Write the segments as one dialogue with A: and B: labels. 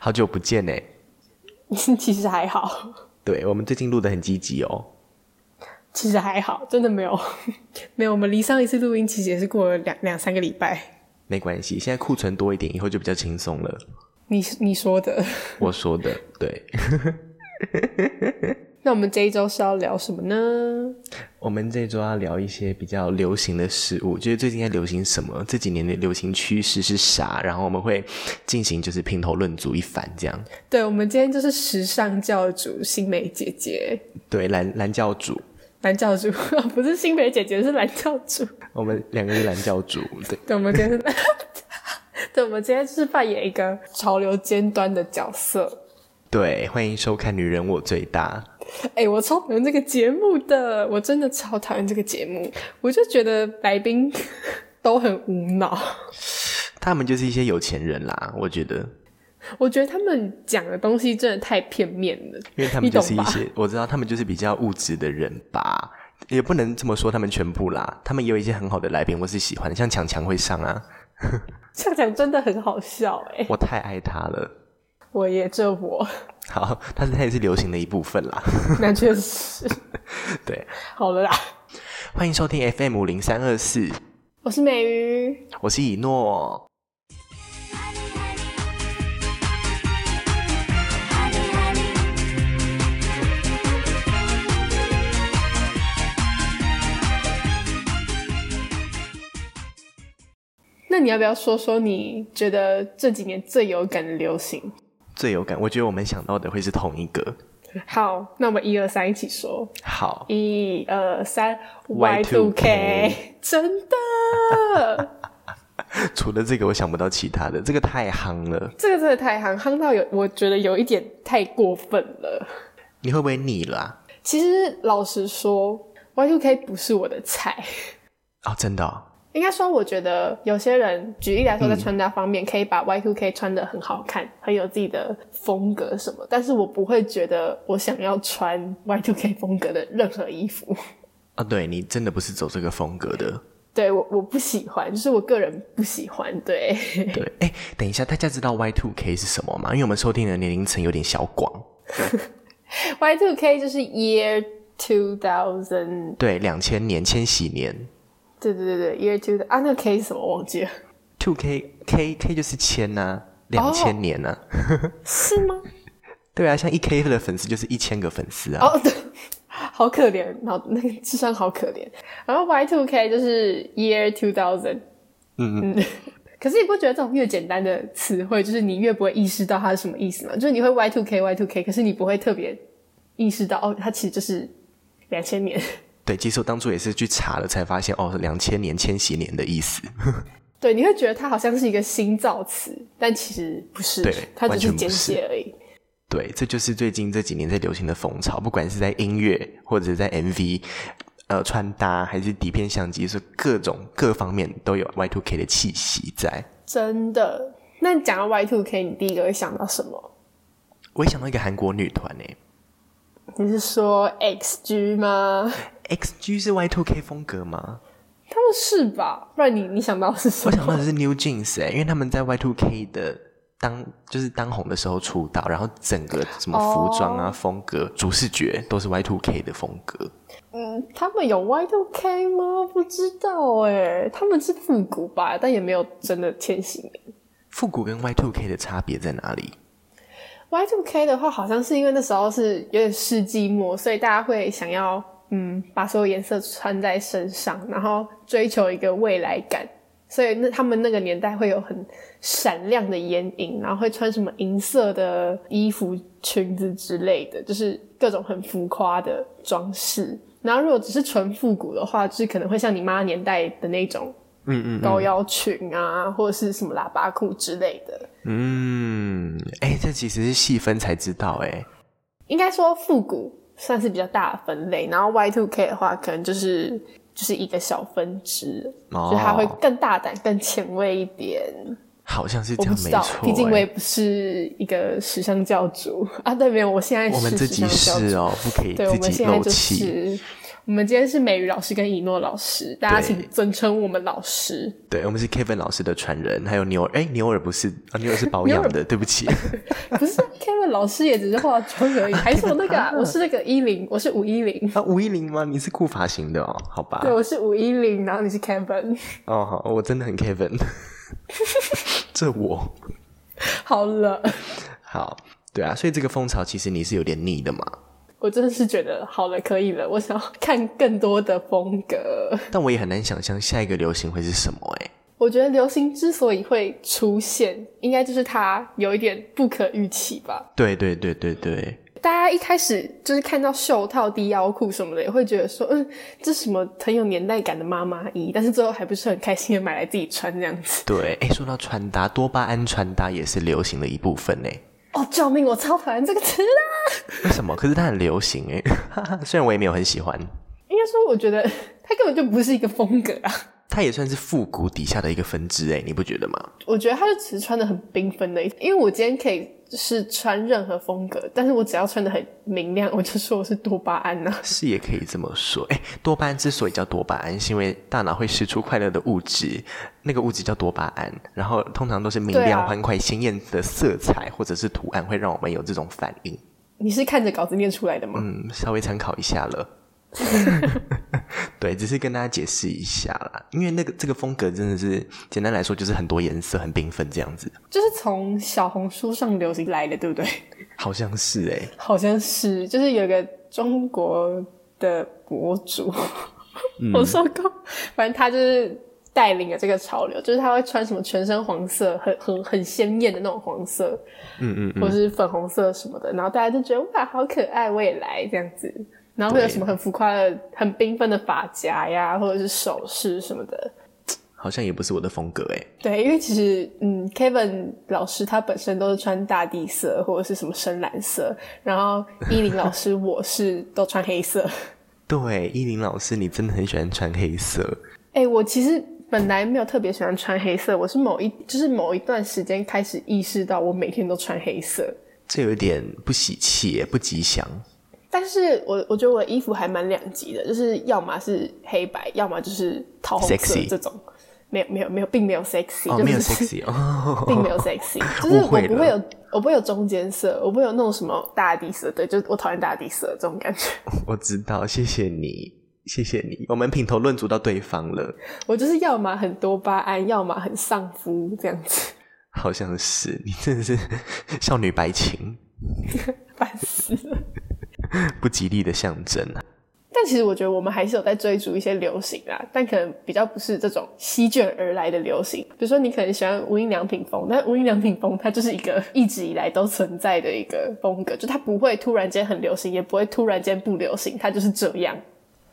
A: 好久不见呢、欸
B: 其实还好，
A: 对我们最近录的很积极哦。
B: 其实还好，真的没有 没有。我们离上一次录音其实也是过了两两三个礼拜。
A: 没关系，现在库存多一点，以后就比较轻松了。
B: 你你说的，
A: 我说的，对。
B: 那我们这一周是要聊什么呢？
A: 我们这周要聊一些比较流行的事物，就是最近在流行什么，这几年的流行趋势是啥，然后我们会进行就是评头论足一番，这样。
B: 对，我们今天就是时尚教主新美姐姐，
A: 对，蓝蓝教主，
B: 蓝教主 不是新美姐姐，是蓝教主。
A: 我们两个是蓝教主，对，
B: 对，我们今天是， 对，我们今天就是扮演一个潮流尖端的角色。
A: 对，欢迎收看《女人我最大》。
B: 哎、我超讨厌这个节目的，我真的超讨厌这个节目。我就觉得来宾 都很无脑，
A: 他们就是一些有钱人啦，我觉得，
B: 我觉得他们讲的东西真的太片面了。
A: 因为他
B: 你
A: 们就
B: 懂
A: 是一
B: 吧？
A: 些，我知道他们就是比较物质的人吧，也不能这么说他们全部啦，他们也有一些很好的来宾，我是喜欢的，像强强会上啊，
B: 这样讲真的很好笑哎、
A: 我太爱他了。
B: 我也这我，
A: 好，但是他也是流行的一部分啦。
B: 那确实
A: 对，
B: 好了啦。
A: 欢迎收听 FM 五零三二四，
B: 我是美鱼，
A: 我是以诺。
B: 那你要不要说说你觉得这几年最有感的流行？
A: 最有感，我觉得我们想到的会是同一个。
B: 好，那我们一二三一起说，
A: 好，
B: 一二三
A: Y2K
B: two K，真的，
A: 除了这个，我想不到其他的，这个太夯了，
B: 这个真的太夯，夯到有我觉得有一点太过分了。
A: 你会不会腻了啊、
B: 其实老实说，Y two K 不是我的菜。
A: 哦，真的、哦，
B: 应该说，我觉得有些人，举例来说，在穿搭方面，可以把 Y two K 穿的很好看，很有自己的风格什么。但是我不会觉得我想要穿 Y two K 风格的任何衣服，
A: 啊，对你真的不是走这个风格的。
B: 对我我不喜欢，就是我个人不喜欢。对，
A: 对，哎、等一下，大家知道 Y two K 是什么吗？因为我们收听的年龄层有点小广，
B: Y two K 就是 Year two thousand，
A: 对，两千年、千禧年
B: 对对对对，Year two 啊，那个 K 是什么我忘记了，
A: ，two K K K 就是千呐、啊，两千年呐、啊。
B: 是吗？
A: 对啊，像一 K 的粉丝就是一千个粉丝啊。
B: 哦，对，好可怜，脑那个智商好可怜。然后 Y two K 就是 Year two thousand，嗯嗯。可是你不觉得这种越简单的词汇，就是你越不会意识到它是什么意思吗？就是你会 Y two K Y two K，可是你不会特别意识到哦，它其实就是两千年。
A: 对，其实我当初也是去查了才发现，哦，是两千年、千禧年的意思。
B: 对，你会觉得它好像是一个新造词，但其实不是
A: 对，
B: 它只
A: 完全不
B: 简
A: 是
B: 写而已。
A: 对，这就是最近这几年在流行的风潮，不管是在音乐或者在 MV。呃，穿搭还是底片相机，是各种各方面都有 Y two K 的气息在。
B: 真的。那你讲到 Y two K，你第一个会想到什么？
A: 我也想到一个韩国女团欸诶、
B: 你是说 XG 吗？
A: XG 是 Y two K 风格吗？
B: 他们是吧？不然你你想到的是什
A: 我
B: 么？
A: 想到的是 New Jeans 哎、因为他们在 Y two K 的当就是当红的时候出道，然后整个什么服装
B: 哦
A: 啊、风格、主视觉都是 Y two K 的风格。
B: 嗯，他们有 Y two K 吗？不知道哎、他们是复古吧，但也没有真的千禧年。
A: 复古跟 Y two K 的差别在哪里？
B: Y two K 的话，好像是因为那时候是有点世纪末，所以大家会想要嗯把所有颜色穿在身上，然后追求一个未来感。所以那他们那个年代会有很闪亮的眼影，然后会穿什么银色的衣服、裙子之类的，就是各种很浮夸的装饰。然后如果只是纯复古的话，就是可能会像你妈年代的那种，嗯嗯，高腰裙啊，或者是什么喇叭裤之类的。
A: 嗯，哎、这其实是细分才知道哎、
B: 应该说复古算是比较大的分类，然后 Y two K 的话，可能就是就是一个小分支，
A: 哦
B: 就是它会更大胆、更前卫一点。
A: 好像是这
B: 我不
A: 样
B: 知
A: 没
B: 道，
A: 错、
B: 毕竟我也
A: 哎
B: 不是一个时尚教主啊。对，没有，我现在
A: 我们
B: 是
A: 自
B: 时
A: 己
B: 尚教
A: 是
B: 主。
A: 哦，不可以
B: 对，我
A: 自
B: 们
A: 己
B: 现在
A: 漏
B: 就
A: 气。
B: 是我们今天是美语老师跟以诺老师，大家
A: 对
B: 请尊称我们老师。
A: 对，我们是 Kevin 老师的传人，还有牛耳，哎，牛耳不是啊，牛耳是保
B: 牛
A: 养
B: 耳
A: 的，对不起，
B: 不是啊 Kevin 老师也只是化妆 而已，还是我那个、啊，我是那个一零，我是五一零，
A: 啊，五一零吗？你是酷发型的哦，好吧，
B: 对，我是五一零，然后你是 Kevin，
A: 哦，好，我真的很 Kevin，这我
B: 好了，
A: 好，对啊，所以这个风潮其实你是有点腻的嘛，
B: 我真的是觉得好了，可以了，我想要看更多的风格。
A: 但我也很难想象下一个流行会是什么哎、
B: 我觉得流行之所以会出现，应该就是它有一点不可预期吧。
A: 对对对对对，
B: 大家一开始就是看到袖套、低腰裤什么的，也会觉得说，嗯，这什么很有年代感的妈妈衣，但是最后还不是很开心的买来自己穿这样子。
A: 对，哎，说到穿搭，多巴胺穿搭也是流行的一部分呢。
B: 哦，救命！我超讨厌这个词啊的。
A: 为什么？可是它很流行哎， 哈哈虽然我也没有很喜欢，
B: 应该说，我觉得它根本就不是一个风格啊。
A: 它也算是复古底下的一个分支哎，你不觉得吗？
B: 我觉得它就只是穿的很缤纷的，因为我今天可以是穿任何风格，但是我只要穿的很明亮，我就说我是多巴胺啊呐、
A: 是也可以这么说，哎，多巴胺之所以叫多巴胺，是因为大脑会释出快乐的物质，那个物质叫多巴胺，然后通常都是明
B: 对啊
A: 亮、欢快、鲜艳的色彩或者是图案，会让我们有这种反应。
B: 你是看着稿子念出来的吗？
A: 嗯，稍微参考一下了。 对，只是跟大家解释一下啦，因为那个这个风格真的是简单来说就是很多颜色、很缤纷这样子，
B: 就是从小红书上流行来的，对不对？
A: 好像是哎、
B: 好像是，就是有个中国的博主，我说过，反正他就是带领了这个潮流，就是他会穿什么全身黄色，很很很鲜艳的那种黄色，嗯嗯或是粉红色什么的，然后大家就觉得哇，好可爱，我也来这样子。然后会有
A: 对
B: 什么很浮夸的、很缤纷的发夹呀，或者是首饰什么的。
A: 好像也不是我的风格哎、
B: 对，因为其实，嗯，Kevin 老师他本身都是穿大地色或者是什么深蓝色，然后依林老师我是都穿黑色。
A: 对，依林老师，你真的很喜欢穿黑色，
B: 哎、我其实本来没有特别喜欢穿黑色，我是某一就是某一段时间开始意识到我每天都穿黑色，
A: 这有点不喜气耶、不吉祥。
B: 但是我我觉得我的衣服还蛮两极的，就是要么是黑白，要么就是桃红色
A: Sexy
B: 这种。没有没有没有，并没有 sexy，、
A: 哦，
B: 就是
A: 没 有 sexy 哦，
B: 并 没有 sexy，就是我
A: 误会
B: 不会
A: 了
B: 有，我不会有中间色，我不会有那种什么大地色，对，就是我讨厌大地色这种感觉。
A: 我知道，谢谢你，谢谢你，我们品头论足到对方了，
B: 我就是要么很多巴胺，要么很丧夫这样子，
A: 好像是 你真的是少女白情，
B: 烦死 了。
A: 不吉利的象征啊。
B: 但其实我觉得我们还是有在追逐一些流行啦，但可能比较不是这种席卷而来的流行。比如说你可能喜欢无印良品风，但无印良品风它就是一个一直以来都存在的一个风格，就它不会突然间很流行，也不会突然间不流行，它就是这样。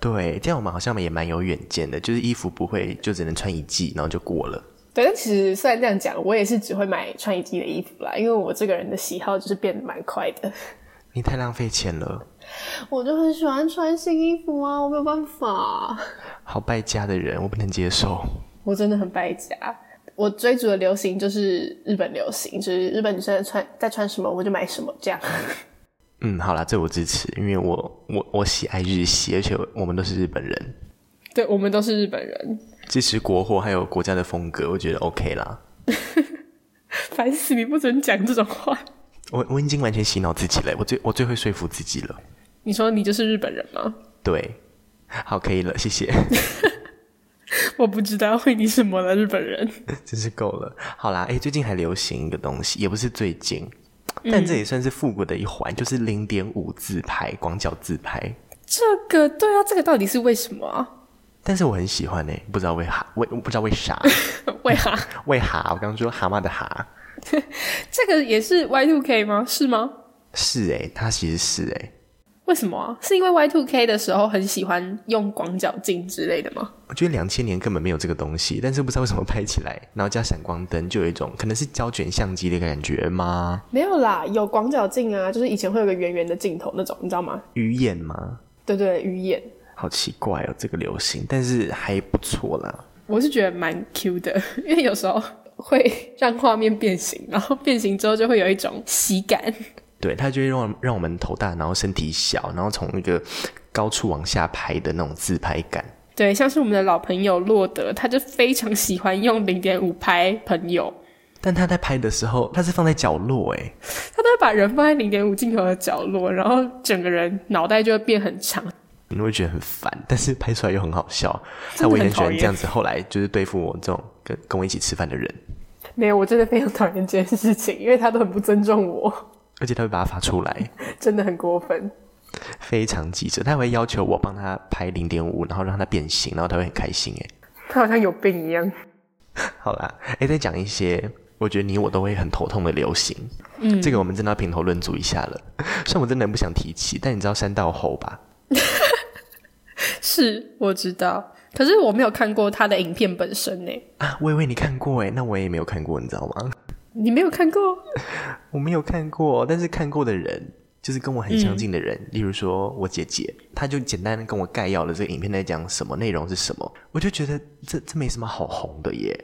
A: 对，这样我们好像也蛮有远见的，就是衣服不会就只能穿一季，然后就过了。
B: 对，但其实虽然这样讲，我也是只会买穿一季的衣服啦，因为我这个人的喜好就是变得蛮快的。
A: 你太浪费钱了，
B: 我就很喜欢穿新衣服啊，我没有办法，
A: 好败家的人，我不能接受。
B: 我真的很败家。我追逐的流行就是日本流行，就是日本女生在穿在穿什么我就买什么这样。
A: 嗯，好啦，这我支持，因为我我我喜爱日系，而且我们都是日本人，
B: 对我们都是日本人，
A: 支持国货还有国家的风格，我觉得 OK 啦。
B: 烦死你不准讲这种话。
A: 我我已经完全洗脑自己了，我最我最会说服自己了。
B: 你说你就是日本人吗？
A: 对，好，可以了，谢谢，
B: 我不知道为你什么了，日本人。
A: 真是够了。好啦，哎，最近还流行一个东西，也不是最近，但这也算是复古的一环，就是零点五自拍，广角自拍。
B: 这个对啊，这个到底是为什么啊？
A: 但是我很喜欢呢、不知道为哈为不知道为啥
B: 为啥？
A: 为哈，我刚刚说蛤蟆的蛤
B: 这个也是 Y two K 吗？是吗？
A: 是哎、它其实是哎、
B: 为什么啊？是因为 Y two K 的时候很喜欢用广角镜之类的吗？
A: 我觉得两千年根本没有这个东西，但是不知道为什么拍起来，然后加闪光灯，就有一种可能是胶卷相机的感觉吗？
B: 没有啦，有广角镜啊，就是以前会有个圆圆的镜头那种，你知道吗？
A: 鱼眼吗？
B: 对对，鱼眼，
A: 好奇怪哦，这个流行，但是还不错啦。
B: 我是觉得蛮 Q 的， 因为有时候会让画面变形，然后变形之后就会有一种喜感。
A: 对，它就会让让我们头大，然后身体小，然后从一个高处往下拍的那种自拍感。
C: 对，像是我们的老朋友洛德，他就非常喜欢用零点五拍朋友，
A: 但他在拍的时候，他是放在角落，哎诶，
C: 他都会把人放在零点五镜头的角落，然后整个人脑袋就会变很长。
A: 你会觉得很烦，但是拍出来又很好笑。
C: 真的
A: 那我也
C: 很
A: 很喜欢
C: 讨厌
A: 这样子。后来就是对付我这种跟跟我一起吃饭的人，
B: 没有，我真的非常讨厌这件事情，因为他都很不尊重我，
A: 而且他会把它发出来，
B: 真的很过分。
A: 非常机智。他还会要求我帮他拍零点五，然后让他变形，然后他会很开心，哎诶。
B: 他好像有病一样。
A: 好啦，哎，再讲一些我觉得你我都会很头痛的流行。嗯，这个我们真的要评头论足一下了。 虽然我真的很不想提起，但你知道山道猴吧？
C: 是，我知道，可是我没有看过他的影片本身呢。
A: 啊，我以为你看过哎，那我也没有看过，你知道吗？
C: 你没有看过？
A: 我没有看过，但是看过的人就是跟我很相近的人，例如说我姐姐，她就简单的跟我概要了这个影片在讲什么内容是什么，我就觉得这这没什么好红的耶。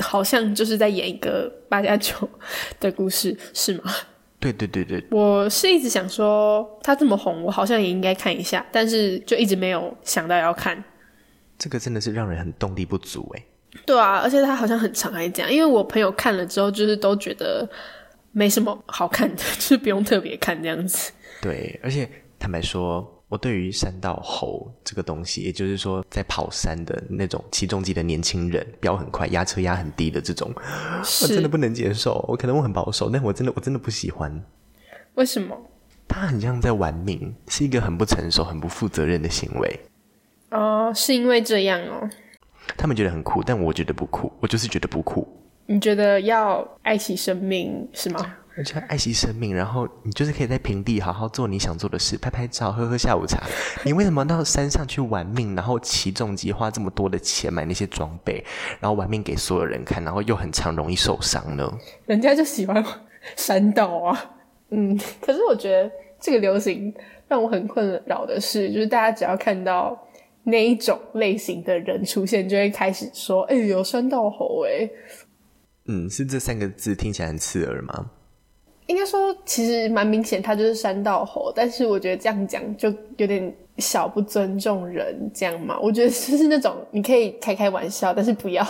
C: 好像就是在演一个八加九的故事，是吗？
A: 对对对对，
C: 我是一直想说他这么红，我好像也应该看一下，但是就一直没有想到要看。
A: 这个真的是让人很动力不足哎。
C: 对啊，而且他好像很常爱讲，因为我朋友看了之后，就是都觉得没什么好看的， 就是不用特别看这样子。
A: 对，而且坦白说，我对于山道猴这个东西，也就是说在跑山的那种起重机的年轻人，飙很快、压车压很低的这种，
B: 啊
A: 我
C: 是
A: 真的不能接受。我可能我很保守，但我真的我真的不喜欢。
C: 为什么？
A: 他很像在玩命，是一个很不成熟、很不负责任的行为。
C: 哦，是因为这样哦。
A: 他们觉得很酷，但我觉得不酷，我就是觉得不酷。
C: 你觉得要爱惜生命是吗？
A: 而且爱惜生命，然后你就是可以在平地好好做你想做的事，拍拍照，喝喝下午茶。你为什么到山上去玩命，然后骑重机花这么多的钱买那些装备，然后玩命给所有人看，然后又很常容易受伤呢？
C: 人家就喜欢山道啊。
B: 嗯，可是我觉得这个流行让我很困扰的是，就是大家只要看到那一种类型的人出现，就会开始说：“哎、有山道猴哎、
A: 嗯，是这三个字听起来很刺耳吗？
B: 应该说，其实蛮明显，他就是山道猴。但是我觉得这样讲就有点小不尊重人，这样嘛？我觉得就是那种你可以开开玩笑，但是不要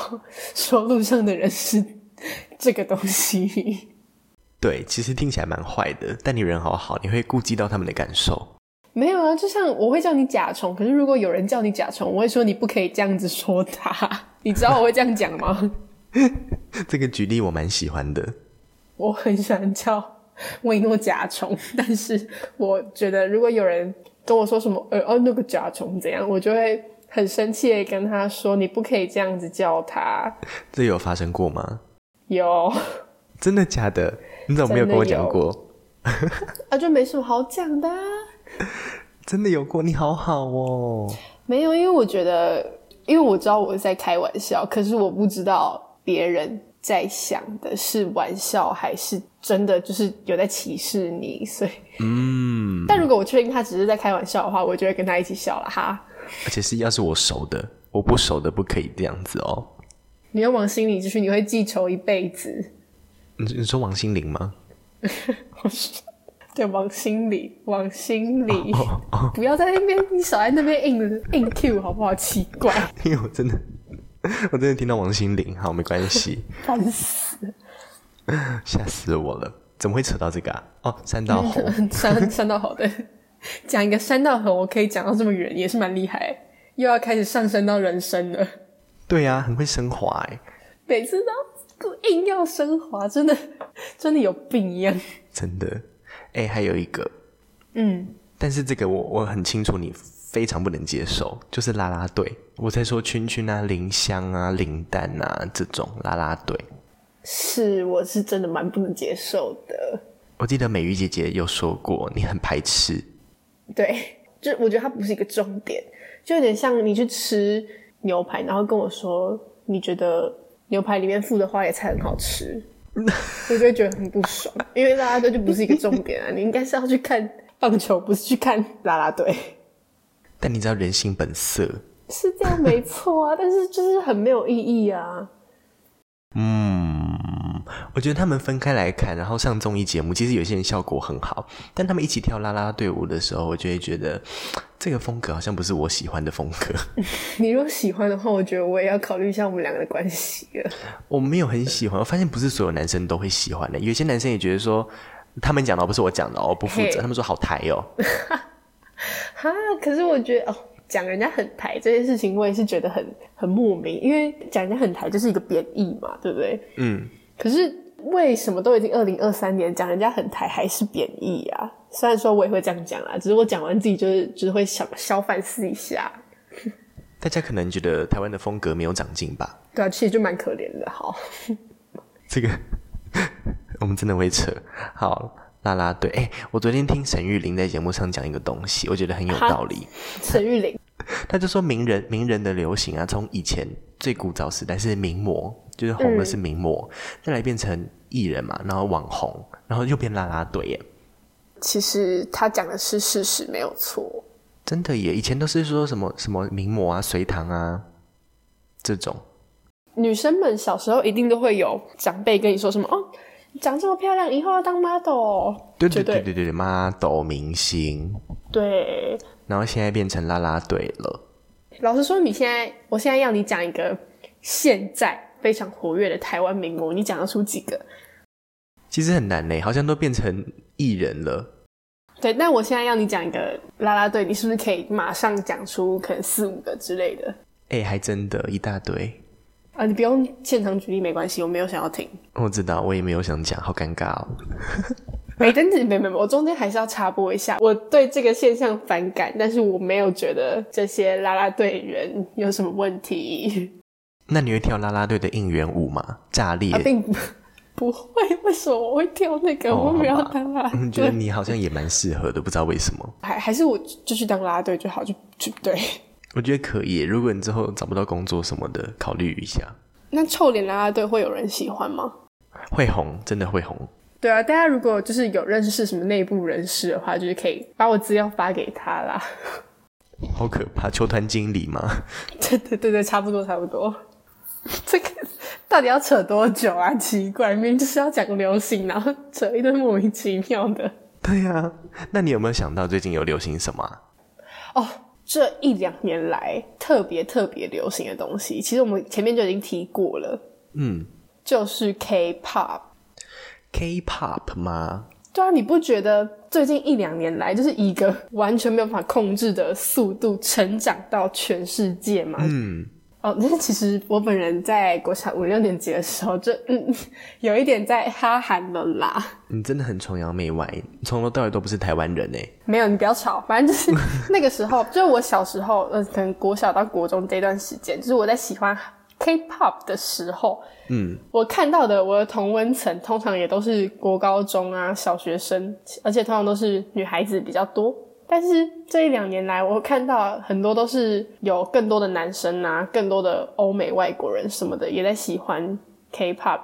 B: 说路上的人是这个东西。
A: 对，其实听起来蛮坏的，但你人好好，你会顾及到他们的感受。
B: 没有啊，就像我会叫你甲虫，可是如果有人叫你甲虫，我会说你不可以这样子说他。 你知道我会这样讲吗？
A: 这个举例我蛮喜欢的。
B: 我很喜欢叫维诺甲虫，但是我觉得如果有人跟我说什么，呃哦那个甲虫怎样，我就会很生气的跟他说，你不可以这样子叫他。
A: 这有发生过吗？
B: 有
A: 真的假的？你怎么没有跟我讲过？
B: 啊，就没什么好讲的啊、
A: 真的有过，你好好哦。
B: 没有，因为我觉得，因为我知道我在开玩笑，可是我不知道别人在想的是玩笑还是真的，就是有在歧视你。所以，
A: 嗯，
B: 但如果我确定他只是在开玩笑的话，我就会跟他一起笑了哈。
A: 而且是要是我熟的，我不熟的不可以这样子哦。
B: 你要往心里去，你会记仇一辈子。
A: 你你说王心凌吗？
B: 对，往心里，往心里，不要在那边，你少在那边硬硬 Q 好不好？奇怪，
A: 因为我真的， 我真的听到王心凌，好，没关系，
B: 烦死！
A: 吓死我了。怎么会扯到这个啊？哦，三道猴，
B: 删删到好的，讲一个删到很，我可以讲到这么远，也是蛮厉害，又要开始上升到人生了。
A: 对呀、啊，很会升华哎，
B: 每次都硬要升华，真的真的有病一样。
A: 真的。哎，还有一个，
B: 嗯，
A: 但是这个我我很清楚你非常不能接受，就是啦啦队。我在说圈圈啊、林香啊、林丹啊这种啦啦队。
B: 是，我是真的蛮不能接受的。
A: 我记得美玉姐姐有说过，你很排斥，
B: 对，就我觉得它不是一个重点，就有点像你去吃牛排，然后跟我说你觉得牛排里面附的花椰菜很好吃，我就会觉得很不爽，因为啦啦队就不是一个重点啊，你应该是要去看棒球，不是去看啦啦队，
A: 但你知道人性本色。
B: 是这样没错啊，但是就是很没有意义啊。
A: 嗯，我觉得他们分开来看，然后上综艺节目，其实有些人效果很好，但他们一起跳啦啦队舞的时候，我就会觉得这个风格好像不是我喜欢的风格。
B: 你如果喜欢的话，我觉得我也要考虑一下我们两个的关系了。
A: 我没有很喜欢，我发现不是所有男生都会喜欢的，有些男生也觉得说，他们讲的哦不是我讲的哦，不负
B: 嘿
A: 责，他们说好抬哦，
B: 哈，可是我觉得哦，讲人家很抬这件事情，我也是觉得很很莫名，因为讲人家很抬就是一个贬义嘛，对不对？
A: 嗯，
B: 可是为什么都已经二零二三年，讲人家很抬还是贬义啊？虽然说我也会这样讲啊啦，只是我讲完自己就是只、就是会想小反思一下，
A: 大家可能觉得台湾的风格没有长进吧？
B: 对啊，其实就蛮可怜的。 好，
A: 这个 我们真的会扯。好，啦啦队，哎、我昨天听沈玉琳在节目上讲一个东西，我觉得很有
B: 哈
A: 道理。
B: 沈玉玲，
A: 他就说名人名人的流行啊，从以前最古早时代是名模，就是红的是名模，再来变成艺人嘛，然后网红，然后又变啦啦队耶。
B: 其实他讲的是事实，没有错。
A: 真的耶，以前都是说什么什么名模啊、隋唐啊这种，
B: 女生们小时候一定都会有长辈跟你说什么哦，长这么漂亮，以后要当 model 哦。
A: 对对
B: 绝
A: 对对对，model 明星，
B: 对，
A: 然后现在变成啦啦队了。
B: 老实说，你现在，我现在要你讲一个现在非常活跃的台湾名模，你讲得出几个？
A: 其实很难嘞，好像都变成艺人了。
B: 对，但我现在要你讲一个啦啦队，你是不是可以马上讲出可能四五个之类的？
A: 哎，还真的，一大堆。
B: 啊，你不用现场举例没关系，我没有想要听。
A: 我知道，我也没有想讲，好尴尬哦。
B: 哎、等等，没没没，我中间还是要插播一下，我对这个现象反感，但是我没有觉得这些啦啦队员有什么问 题，
A: 那你会跳啦啦队的应援舞吗？炸裂
B: 啊，！并不不会。为什么我会跳那个？
A: 哦
B: 我不要
A: 好吧
B: 当啦 啦
A: 嗯觉得
B: 队，
A: 你好像也蛮适合的，不知道为什么。
B: 还还是我就去当啦啦队就好，就就对。
A: 我觉得可以耶，如果你之后找不到工作什么的，考虑一下。
B: 那臭脸啦啦队会有人喜欢吗？
A: 会红，真的会红。
B: 对啊，大家如果就是有认识什么内部人士的话，就是可以把我资料发给他啦。
A: 好可怕，球团经理吗？
B: 对对对对，差不多差不多。 这个到底要扯多久啊？奇怪，明明就是要讲流行，然后扯一堆莫名其妙的。
A: 对呀、啊，那你有没有想到最近有流行什么啊、
B: 哦，这一两年来特别特别流行的东西，其实我们前面就已经提过了，
A: 嗯
B: 就是 K-pop。
A: ，K-pop 吗？
B: 对啊，你不觉得最近一两年来，就是一个完全没有办法控制的速度成长到全世界吗？
A: 嗯，
B: 哦，但是其实我本人在国小五六年级的时候就，嗯，有一点在哈韩了啦。
A: 你真的很崇洋媚外，从头到尾都不是台湾人哎。
B: 没有，你不要吵。反正就是那个时候，就是我小时候，呃，可能国小到国中这段时间，就是我在喜欢 K-pop 的时候，
A: 嗯，
B: 我看到的我的同温层通常也都是国高中啊小学生，而且通常都是女孩子比较多。但是这一两年来，我看到很多都是有更多的男生啊，更多的欧美外国人什么的也在喜欢 K-pop。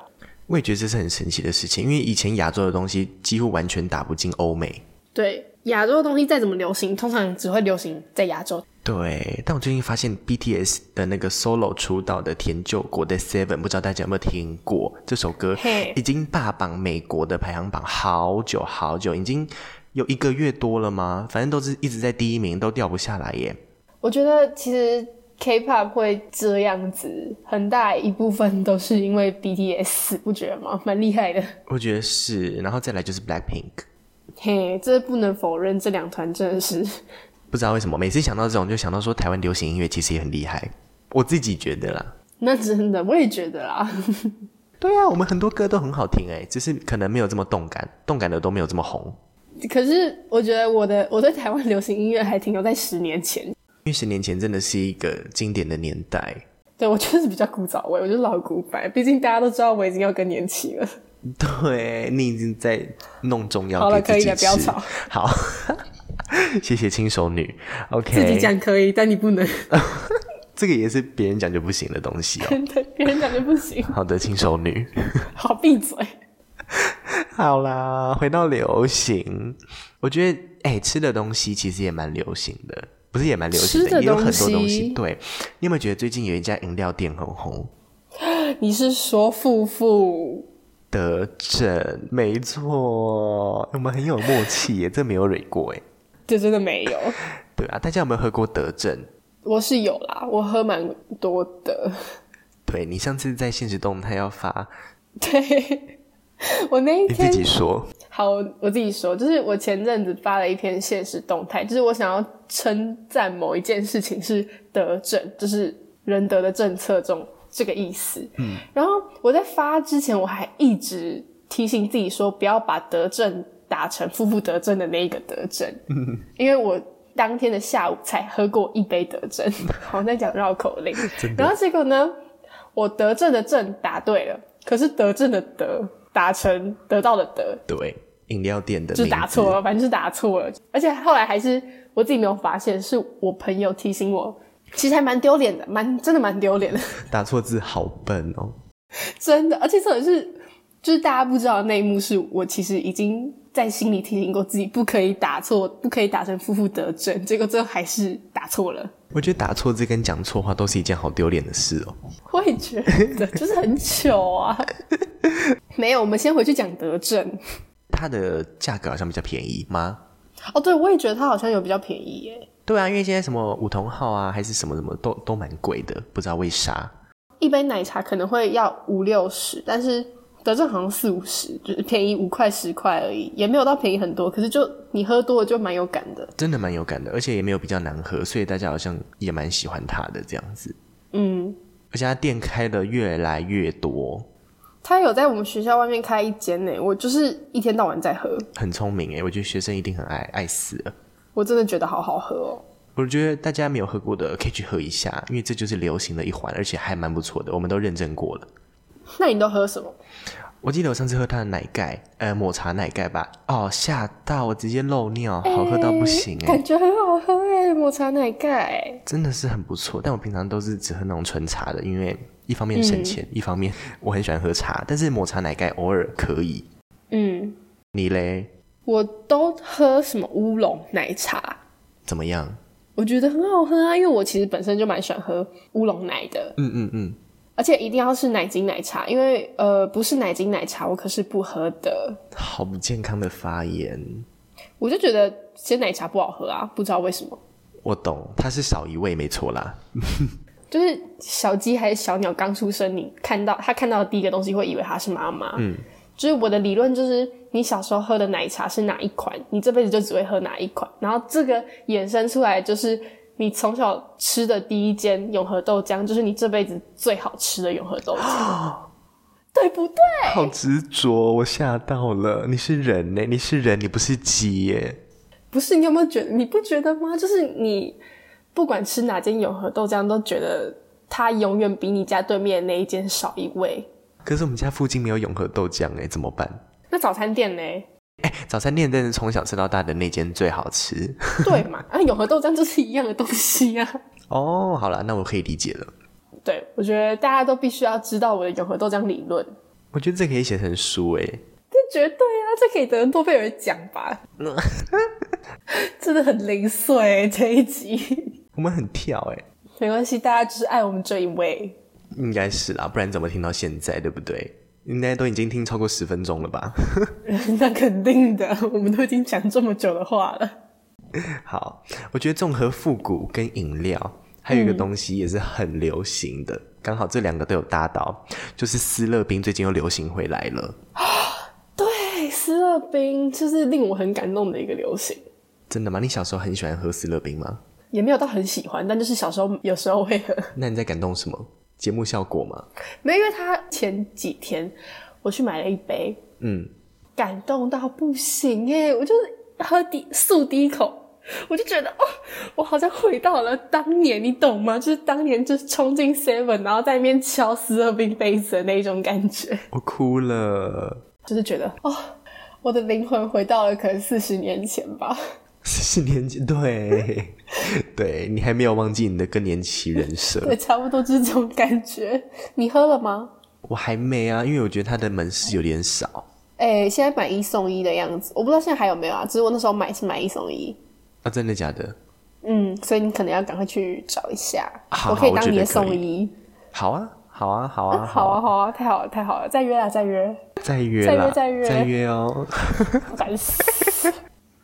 A: 我也觉得这是很神奇的事情，因为以前亚洲的东西几乎完全打不进欧美。
B: 对，亚洲的东西再怎么流行，通常只会流行在亚洲。
A: 对，但我最近发现 BTS 的那个 solo 出道的田柾国的 Seven，不知道大家有没有听过这首歌
B: 嘿？
A: 已经霸榜美国的排行榜好久好久，已经有一个月多了吗？反正都是一直在第一名，都掉不下来耶。
B: 我觉得其实 K-pop 会这样子，很大一部分都是因为 BTS，不觉得吗？蛮厉害的。
A: 我觉得是，然后再来就是 Blackpink，
B: 嘿，这不能否认，这两团真的是
A: 不知道为什么每次想到这种就想到说台湾流行音乐其实也很厉害，我自己觉得啦。
B: 那真的，我也觉得啦。
A: 对啊，我们很多歌都很好听哎，只是可能没有这么动感，动感的都没有这么红。
B: 可是我觉得我的我对台湾流行音乐还停留在十年前，
A: 因为十年前真的是一个经典的年代。
B: 对我就是比较古早欸味，我就是老古板。毕竟大家都知道我已经要更年期了。
A: 对你已经在弄中药
B: 好了
A: 给自己
B: 可以了不要
A: 吃
B: 吵。
A: 好，谢谢轻熟女。OK，
B: 自己讲可以，但你不 能
A: 这个也是别人讲就不行的东西哦。
B: 跟别人讲就不行。
A: 好的，轻熟女。
B: 好，闭嘴。
A: 好啦，回到流行，我觉得哎、吃的东西其实也蛮流行的，不是也蛮流行
B: 吃的
A: 的，也有很多
B: 东
A: 东
B: 西
A: 西。对，你有没有觉得最近有一家饮料店很红？
B: 你是说富富
A: 得诊，没错，我们很有默契耶，这没有蕊过哎。
B: 这真的没有。
A: 对啊，大家有没有喝过德政？
B: 我是有啦，我喝蛮多的。
A: 对你上次在现实动态要发，
B: 对，我那一
A: 你自
B: 天
A: 己说，
B: 好，我自己说，就是我前阵子发了一篇现实动态，就是我想要称赞某一件事情是德政，就是仁德的政策中这个意思。嗯，然后我在发之前，我还一直提醒自己说，不要把德政打成负负得正的那一个德政，嗯、因为我。当天的下午才喝过一杯德政， 好在讲绕口令。
A: 嗯
B: 然后结果呢，我德政的政答对了，可是德政的德打成得到的得，
A: 对，饮料店的
B: 就
A: 名
B: 是打
A: 字
B: 错了，反正就是打错了。而且后来还是我自己没有发现，是我朋友提醒我，其实还蛮丢脸的，蛮真的蛮丢脸的，
A: 打错字好笨哦。
B: 真的。而且这种是，就是大家不知道的那一幕，是我其实已经在心里提醒过自己，不可以打错，不可以打成负负得正，结果最后还是打 错了。
A: 我觉得打错字跟讲错话都是一件好丢脸的事哦。
B: 我也觉得，就是很糗 啊。没有，我们先回去讲德政。
A: 它的价格好像比较便宜吗？
B: 哦，对，我也觉得它好像有比较便宜耶。
A: 对啊，因为现在什么五同号啊，还是什么什么都都蛮贵的，不知道为啥。
B: 一杯奶茶可能会要五六十，但是德政好像四五十，就是便宜五块十块而已，也没有到便宜很多。可是就你喝多了就蛮有感的。
A: 真的蛮有感的，而且也没有比较难喝，所以大家好像也蛮喜欢它的这样子。
B: 嗯，
A: 而且它店开的越来越多，
B: 他有在我们学校外面开一间呢，我就是一天到晚在喝，
A: 很聪明欸诶，我觉得学生一定很爱爱死了。
B: 我真的觉得好好喝哦。
A: 我觉得大家没有喝过的可以去喝一下，因为这就是流行的一环，而且还蛮不错的，我们都认证过了。
B: 那你都喝什么？
A: 我记得我上次喝它的奶盖，呃，抹茶奶盖吧，哦，吓到我直接漏尿，好喝到不行欸诶，
B: 哎感觉很好喝哎，抹茶奶盖。欸
A: 真的是很不错。但我平常都是只喝那种纯茶的，因为一方面省钱，一方面我很喜欢喝茶，但是抹茶奶盖偶尔可以。
B: 嗯，
A: 你嘞？
B: 我都喝什么乌龙奶茶，
A: 怎么样？
B: 我觉得很好喝啊，因为我其实本身就蛮喜欢喝乌龙奶的。
A: 嗯嗯嗯，
B: 而且一定要是奶精奶茶，因为呃，不是奶精奶茶我可是不喝的。
A: 好不健康的发言，
B: 我就觉得鲜奶茶不好喝啊，不知道为什么，
A: 我懂，它是少一味没错啦。
B: 就是小鸡还是小鸟刚出生，你看到它看到的第一个东西会以为它是妈妈。嗯，就是我的理论就是，你小时候喝的奶茶是哪一款，你这辈子就只会喝哪一款，然后这个衍生出来就是。你从小吃的第一间永和豆浆，就是你这辈子最好吃的永和豆浆，对不对？
A: 好执着，我吓到了。你是人欸呢、你是人，你不是鸡欸耶、
B: 不是，你有没有觉得？你不觉得吗？就是你不管吃哪间永和豆浆，都觉得它永远比你家对面那一间少一味。
A: 可是我们家附近没有永和豆浆哎、怎么办？
B: 那早餐店呢？
A: 哎、早餐店真的是从小吃到大的那间最好吃。
B: 对嘛？ 啊，永和豆浆就是一样的东西啊。
A: 哦，好了，那我可以理解了。
B: 对，我觉得大家都必须要知道我的永和豆浆理论。
A: 我觉得这可以写成书哎、
B: 这绝对啊，这可以得诺贝尔奖 吧？真的很零碎、这一集，
A: 我们很跳哎、
B: 没关系，大家就是爱我们这一位。
A: 应该是啦，不然怎么听到现在，对不对？应该都已经听超过十分钟了吧？
B: 那肯定的，我们都已经讲这么久的话了。
A: 好，我觉得综合复古跟饮料，还有一个东西也是很流行的，刚、好这两个都有搭到，就是思乐冰最近又流行回来了，
B: 对，哎斯乐冰就是令我很感动的一个流行，
A: 真的吗？你小时候很喜欢喝思乐冰吗？
B: 也没有到很喜欢，但就是小时候有时候会喝。
A: 那你在感动什么？节目效果吗？
B: 没有，因为他前几天我去买了一杯，
A: 嗯，
B: 感动到不行耶！我就是喝第速第一口，我就觉得哦，我好像回到了当年，你懂吗？就是当年就是冲进 Seven，然后在那边敲斯乐冰杯子的那一种感觉，
A: 我哭了。
B: 就是觉得哦，我的灵魂回到了可能四十年前吧。
A: 四年级，对， 对你还没有忘记你的更年期人设
B: 对，，差不多就是这种感觉。你喝了吗？
A: 我还没啊，因为我觉得它的门市有点少
B: 哎、现在买一送一的样子，我不知道现在还有没有啊。只是我那时候买是买一送一，
A: 啊，真的假的？
B: 嗯，所以你可能要赶快去找一下。
A: 好
B: 我可以
A: 我
B: 当
A: 觉
B: 你
A: 得
B: 的
A: 可
B: 送
A: 以
B: 一。
A: 好啊，好啊，好啊，
B: 好啊，好啊，太好了，太好了，再约啦，再约，
A: 再约
B: 再约
A: 啦，
B: 再约
A: 再约哦。
B: 烦死。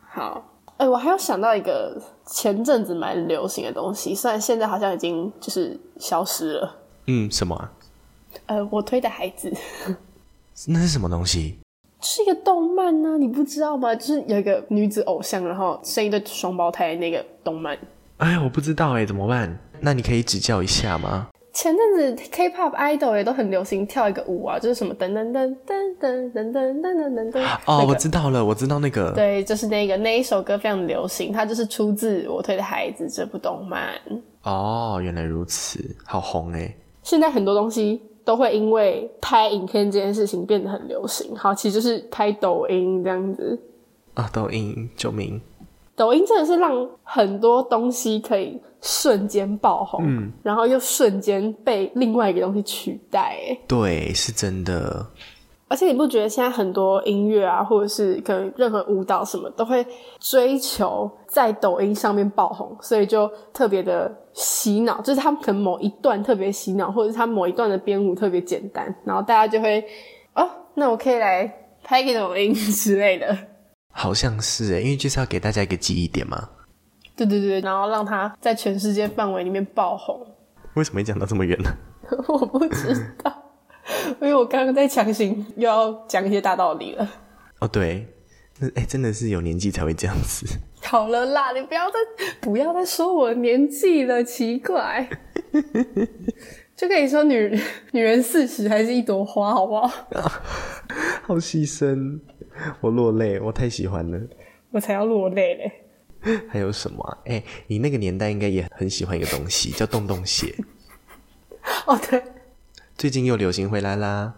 B: 好，哎、我还有想到一个前阵子蛮流行的东西，虽然现在好像已经就是消失了。
A: 嗯，什么、啊？
B: 呃，我推的孩子
A: 那是什么东西？
B: 是一个动漫呢、你不知道吗？就是有一个女子偶像，然后生一对双胞胎那个动漫。
A: 哎呀，我不知道哎，怎么办？那你可以指教一下吗？
B: 前阵子 K-pop idol 也都很流行跳一个舞啊，就是什么噔噔噔噔噔噔噔噔噔噔噔。
A: 哦，
B: 那
A: 我
B: 个
A: 知道了，我知道那个。
B: 对，就是那个那一首歌非常流行，它就是出自《我推的孩子》这部动漫。
A: 哦，原来如此，好红哎。
B: 现在很多东西都会因为拍影片这件事情变得很流行。好，其实就是拍抖音这样子。
A: 啊，抖音，救命！
B: 抖音真的是让很多东西可以瞬间爆红，
A: 嗯
B: 然后又瞬间被另外一个东西取代。哎
A: 对，是真的。
B: 而且你不觉得现在很多音乐啊，或者是可能任何舞蹈什么，都会追求在抖音上面爆红，所以就特别的洗脑，就是他们可能某一段特别洗脑，或者是他某一段的编舞特别简单，然后大家就会哦，那我可以来拍个抖音之类的，
A: 好像是哎，因为就是要给大家一个记忆点嘛。
B: 对对对，然后让它在全世界范围里面爆红。
A: 为什么会讲到这么远呢？
B: 我不知道，因为我刚刚在强行又要讲一些大道理了。
A: 哦，对，那哎，真的是有年纪才会这样子。
B: 好了啦，你不要再不要再说我年纪了，奇 怪。就跟你说女，女人四十还是一朵花，好不好？
A: 好牺牲，我落泪，我太喜欢了。
B: 我才要落泪嘞。
A: 还有什么、啊？哎、你那个年代应该也很喜欢一个东 西，叫洞洞鞋。
B: 哦，对，
A: 最近又流行回来啦。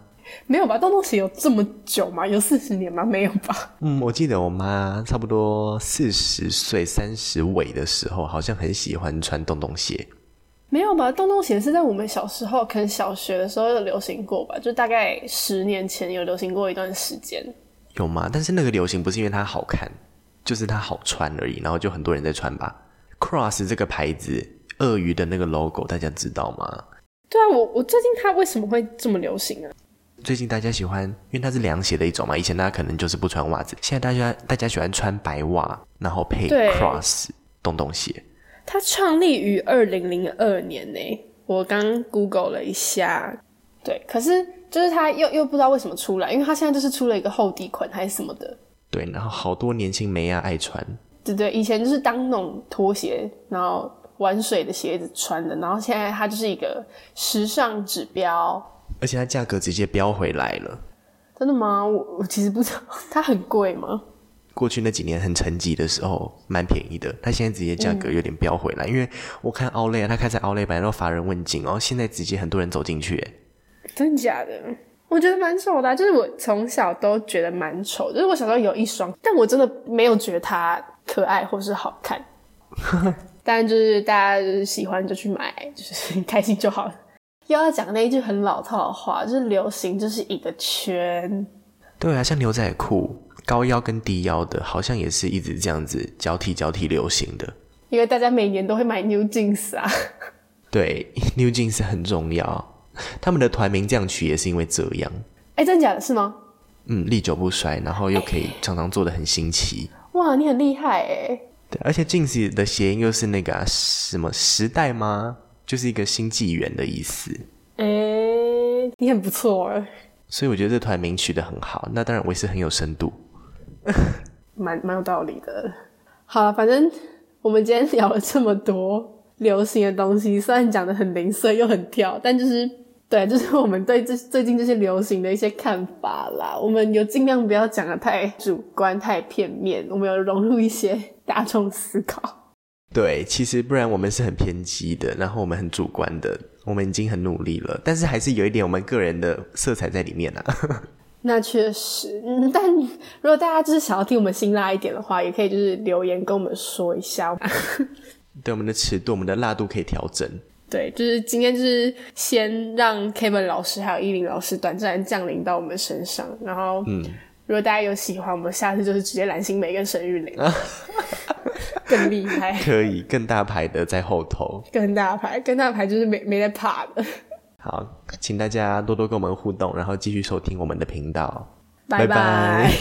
B: 没有吧？洞洞鞋有这么久吗？有四十年吗？没有吧？
A: 嗯，我记得我妈差不多四十岁、三十尾的时候，好像很喜欢穿洞洞鞋。
B: 没有吧？洞洞鞋是在我们小时候，可能小学的时候有流行过吧？就大概十年前有流行过一段时间。
A: 有吗？但是那个流行不是因为它好看，就是它好穿而已，然后就很多人在穿吧。Cross 这个牌子，鳄鱼的那个 logo，大家知道吗？
B: 对啊，我我最近它为什么会这么流行啊？
A: 最近大家喜欢，因为它是凉鞋的一种嘛，以前大家可能就是不穿袜子，现在大家大家喜欢穿白袜，然后配
B: 对
A: Cross 洞洞鞋。
B: 它创立于二零零二年呢、我刚 Google 了一下，对，可是就是它又又不知道为什么出来，因为它现在就是出了一个厚底款还是什么的，
A: 对，然后好多年轻妹啊爱穿，
B: 对对，以前就是当那种拖鞋，然后玩水的鞋子穿的，然后现在它就是一个时尚指标。
A: 而且它价格直接飙回来了。
B: 真的吗？我我其实不知道， 它很贵吗？
A: 过去那几年很沉寂的时候，蛮便宜的。它现在直接价格有点飙回来，因为我看奥莱啊，它开在奥莱版，然后乏人问津，然后哦现在直接很多人走进去。哎
B: 真的假的？我觉得蛮丑的啊、就是我从小都觉得蛮丑，就是我小时候有一双，但我真的没有觉得它可爱或是好 看。但就是大家就是喜欢就去买，就是开心就好了。又要讲那一句很老套的话，就是流行就是一个圈，
A: 对啊，像牛仔裤、高腰跟低腰的，好像也是一直这样子交替交替流行的。
B: 因为大家每年都会买 New Jeans 啊。
A: 对，New Jeans 很重要，他们的团名降曲也是因为这样，
B: 哎，真假的是吗？
A: 嗯，历久不衰，然后又可以常常做的很新奇。
B: 哇，你很厉害哎！
A: 对，而且 Jeans 的谐音又是那个啊、什么时代吗？就是一个新纪元的意思。
B: 哎，你很不错哦，
A: 所以我觉得这团名取得很好，那当然我也是很有深度。
B: 蛮蛮有道理的。好啊了，反正我们今天聊了这么多流行的东西，虽然讲的很零碎又很跳，但就是对，就是我们对这最近这些流行的一些看法啦。我们有尽量不要讲的太主观、太片面，我们有融入一些大众思考。
A: 对，其实不然我们是很偏激的，然后我们很主观的，我们已经很努力了，但是还是有一点我们个人的色彩在里面啊。
B: 那确实，嗯，但如果大家就是想要听我们辛辣一点的话，也可以就是留言跟我们说一下。
A: 对，我们的尺度、我们的辣度可以调整。
B: 对，就是今天就是先让 Kevin 老师还有依林老师短暂降临到我们身上，然后，嗯，如果大家有喜欢，我们下次就是直接蓝心湄跟沈 玉琳，更厉害，
A: 可以更大牌的在后头。
B: 更大牌，更大牌就是没没在怕的，
A: 好，请大家多多跟我们互动，然后继续收听我们的频道。拜
B: 拜
A: 拜